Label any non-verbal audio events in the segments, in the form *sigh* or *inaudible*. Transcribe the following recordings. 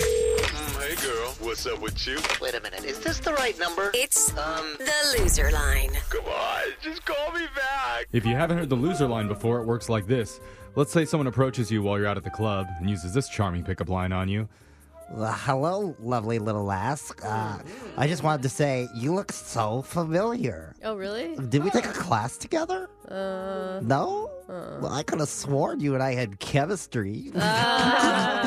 Mm, What's up with you? Wait a minute, is this the right number? It's Um, the loser line. Come on, just call me back. If you haven't heard the loser line before, it works like this. Let's say someone approaches you while you're out at the club and uses this charming pickup line on you. Well, hello, lovely little lass. Uh, I just wanted to say you look so familiar. Mm-hmm. Oh, really? Did we take a class together? Uh, No. well, I could have sworn you and I had chemistry. Uh.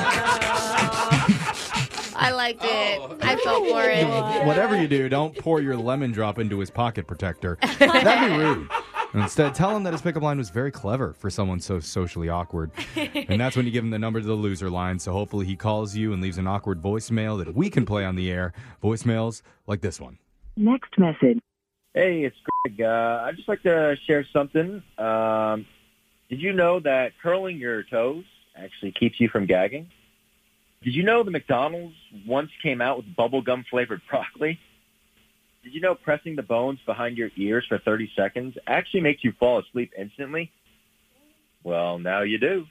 I liked it. I felt for it. Whatever you do, don't pour your lemon drop into his pocket protector. That'd be rude. And instead, tell him that his pickup line was very clever for someone so socially awkward. And that's when you give him the number to the loser line. So hopefully he calls you and leaves an awkward voicemail that we can play on the air. Voicemails like this one. Next message. Hey, it's Greg. Uh, I'd just like to share something. Um, did you know that curling your toes actually keeps you from gagging? Did you know the McDonald's once came out with bubblegum flavored broccoli? Did you know pressing the bones behind your ears for 30 seconds actually makes you fall asleep instantly? Well, now you do.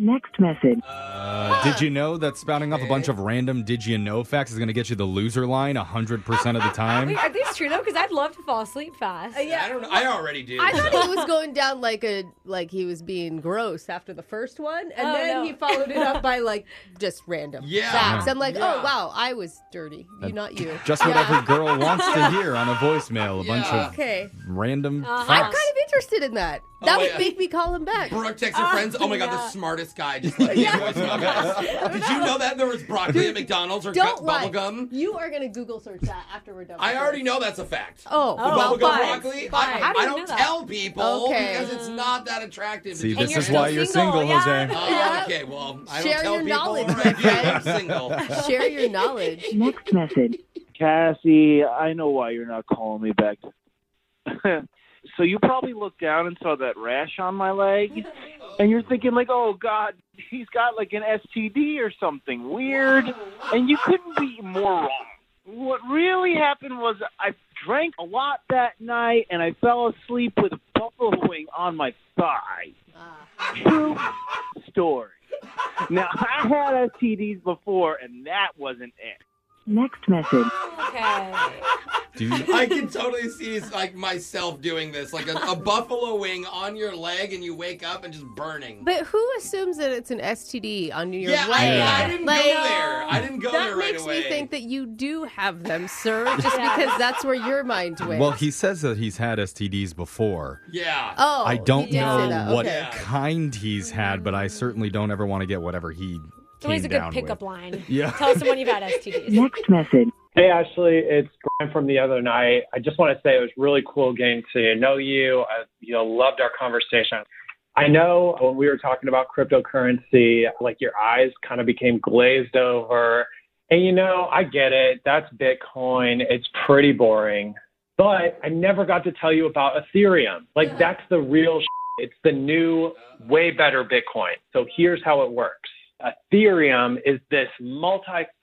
Next message. Uh, did you know that spouting off a bunch of random did you know facts is going to get you the loser line 100% of the time? Wait, are these true though? Because I'd love to fall asleep fast. Uh, I don't know. I already do. I so- thought he was going down like a like he was being gross after the first one, and Oh, then no. he followed it up by like just random Yeah. facts. I'm like, Yeah. oh wow, I was dirty. You, not you. Just what every girl wants to hear on a voicemail. A bunch Yeah. of Okay, random Uh-huh. I'm facts. kind of interested in that. That Oh, would yeah. make me call him back. Brooke *laughs* texts her friends. Oh my god, the yeah. smartest guy just left me a voicemail, guys. Did you know that there was broccoli at McDonald's or Don't lie. bubblegum? You are gonna Google search that after we're done. I with already this. know that's a fact. Oh, The well, bubblegum fine, broccoli. fine. I, How do I you don't know that? tell people Okay. because it's not that attractive. See, to this just is why *laughs* friends. you're single, single, yeah. Jose. Oh, okay, well, I don't Share tell your people knowledge, or my I do. friend. I'm single. Share your knowledge. Next message. Cassie, I know why you're not calling me back. *laughs* so you probably looked down and saw that rash on my leg, and you're thinking like, "Oh God, he's got like an STD or something weird," and you couldn't be more wrong. What really happened was I drank a lot that night, and I fell asleep with a buffalo wing on my thigh. True story. Now I had STDs before, and that wasn't it. Next message. Oh, Okay. Do you, I can totally see like myself doing this, like a, a buffalo wing on your leg, and you wake up and just burning. But who assumes that it's an STD on your yeah, leg? I, I didn't Like, go there. I didn't go That there right makes away. me think that you do have them, sir, just because that's where your mind went. well, he says that he's had STDs before. yeah. oh, I don't he did say that, know what okay. kind he's had, but I certainly don't ever want to get whatever he It's came always a good down pickup with. line. *laughs* Yeah. Tell someone you've had Oh STDs. Next message. Hey, Ashley, it's Graham from the other night. I just want to say it was really cool getting to know you. I, you know, loved our conversation. I know when we were talking about cryptocurrency, like your eyes kind of became glazed over. And you know, I get it. That's Bitcoin. It's pretty boring. But I never got to tell you about Ethereum. Like that's the real it's the new, way better Bitcoin. So here's how it works Ethereum is this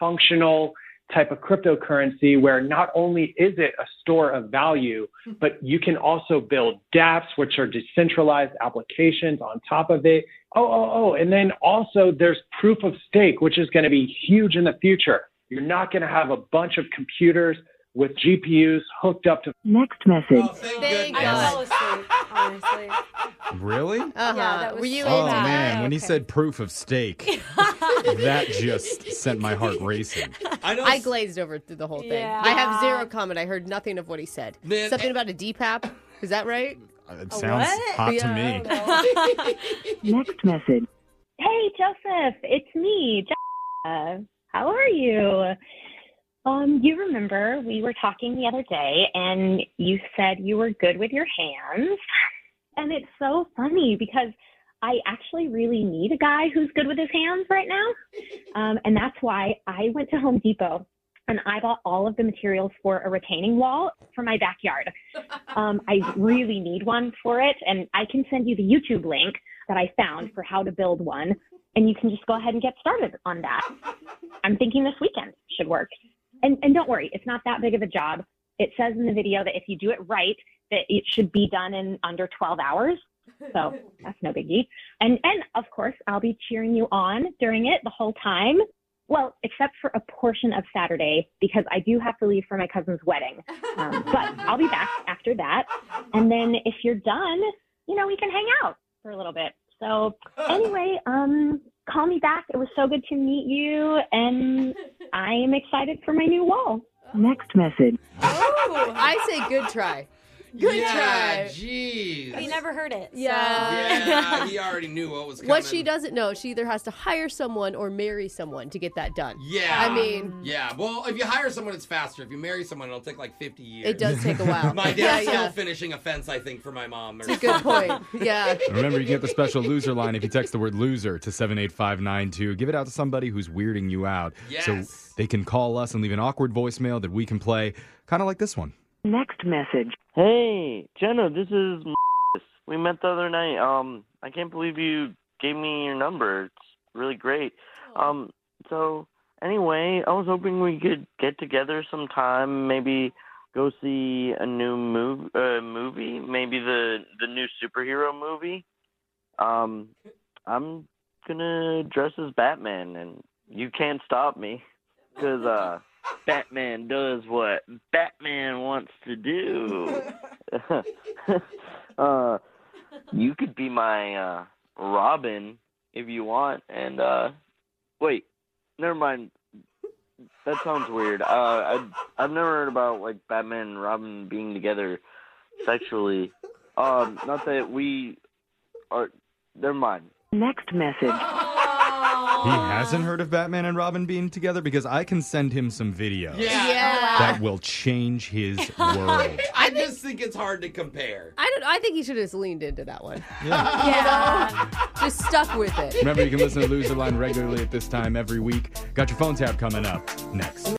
multifunctional type of cryptocurrency where not only is it a store of value, but you can also build dApps, which are decentralized applications on top of it. Oh, oh, oh. And then also there's proof of stake, which is going to be huge in the future. You're not going to have a bunch of computers with GPUs hooked up to Next message. Oh, thank, Thank goodness. I God. fell asleep, honestly. Really? Uh-huh. Yeah, that was Were you so oh in bad. that? man, when he Okay. said proof of stake, that just sent my heart racing. I know. I glazed over through the whole thing. Yeah. I have zero comment. I heard nothing of what he said. Man, Something I- about a DPAP. Is that right? It sounds what? hot Yeah, to I me. don't know. Next message. Hey, Joseph, it's me, Jessica. How are you? Um, you remember we were talking the other day and you said you were good with your hands. And it's so funny because I actually really need a guy who's good with his hands right now. Um, and that's why I went to Home Depot and I bought *laughs* all of the materials for a retaining wall for my backyard. Um, I really need one for it. And I can send you the YouTube link that I found for how to build one. And you can just go ahead and get started on that. I'm thinking this weekend should work. And, and don't worry, it's not that big of a job. It says in the video that if you do it right, that it should be done in under 12 hours. So that's no biggie. And, and of course, I'll be cheering you on during it the whole time. Well, except for a portion of Saturday because I do have to leave for my cousin's wedding. Um, but I'll be back after that. And then if you're done, you know, we can hang out for a little bit. So anyway, um, call me back. It was so good to meet you. And I am excited for my new wall. Next message. Oh, *laughs* I say good try. Good yeah, try. jeez. We never heard it. Yeah. *laughs* *laughs* yeah, he already knew what was coming. What she doesn't know, she either has to hire someone or marry someone to get that done. Yeah. I mean, yeah. Well, if you hire someone, it's faster. If you marry someone, it'll take like 50 years. It does take a while. my dad's Yeah, still yeah. finishing a fence, I think, for my mom. Or it's a good point. Yeah. Remember, you can get the special loser line if you text the word loser to 78592. Give it out to somebody who's weirding you out. So Yes. they can call us and leave an awkward voicemail that we can play, kind of like this one. Next message. Hey, Jenna, this is. We met the other night. Um, I can't believe you gave me your number. It's really great. Um, so anyway, I was hoping we could get together sometime. Maybe go see a new move, uh, movie. Maybe the the new superhero movie. Um, I'm gonna dress as Batman, and you can't stop me because uh, Batman does what Batman wants to do. uh, you could be my uh, Robin if you want, and uh, wait, never mind. That sounds weird. Uh, I I've never heard about like Batman and Robin being together sexually. Um, not that we are. Never mind. Next message. He hasn't heard of Batman and Robin being together because I can send him some videos *laughs* Yeah. Oh, that will change his world. *laughs* I just think it's hard to compare. I don't. I think he should have just leaned into that one. *laughs* Yeah. You know? Just stuck with it. Remember, you can listen to Loser Line regularly at this time every week. Got your phone tab coming up next.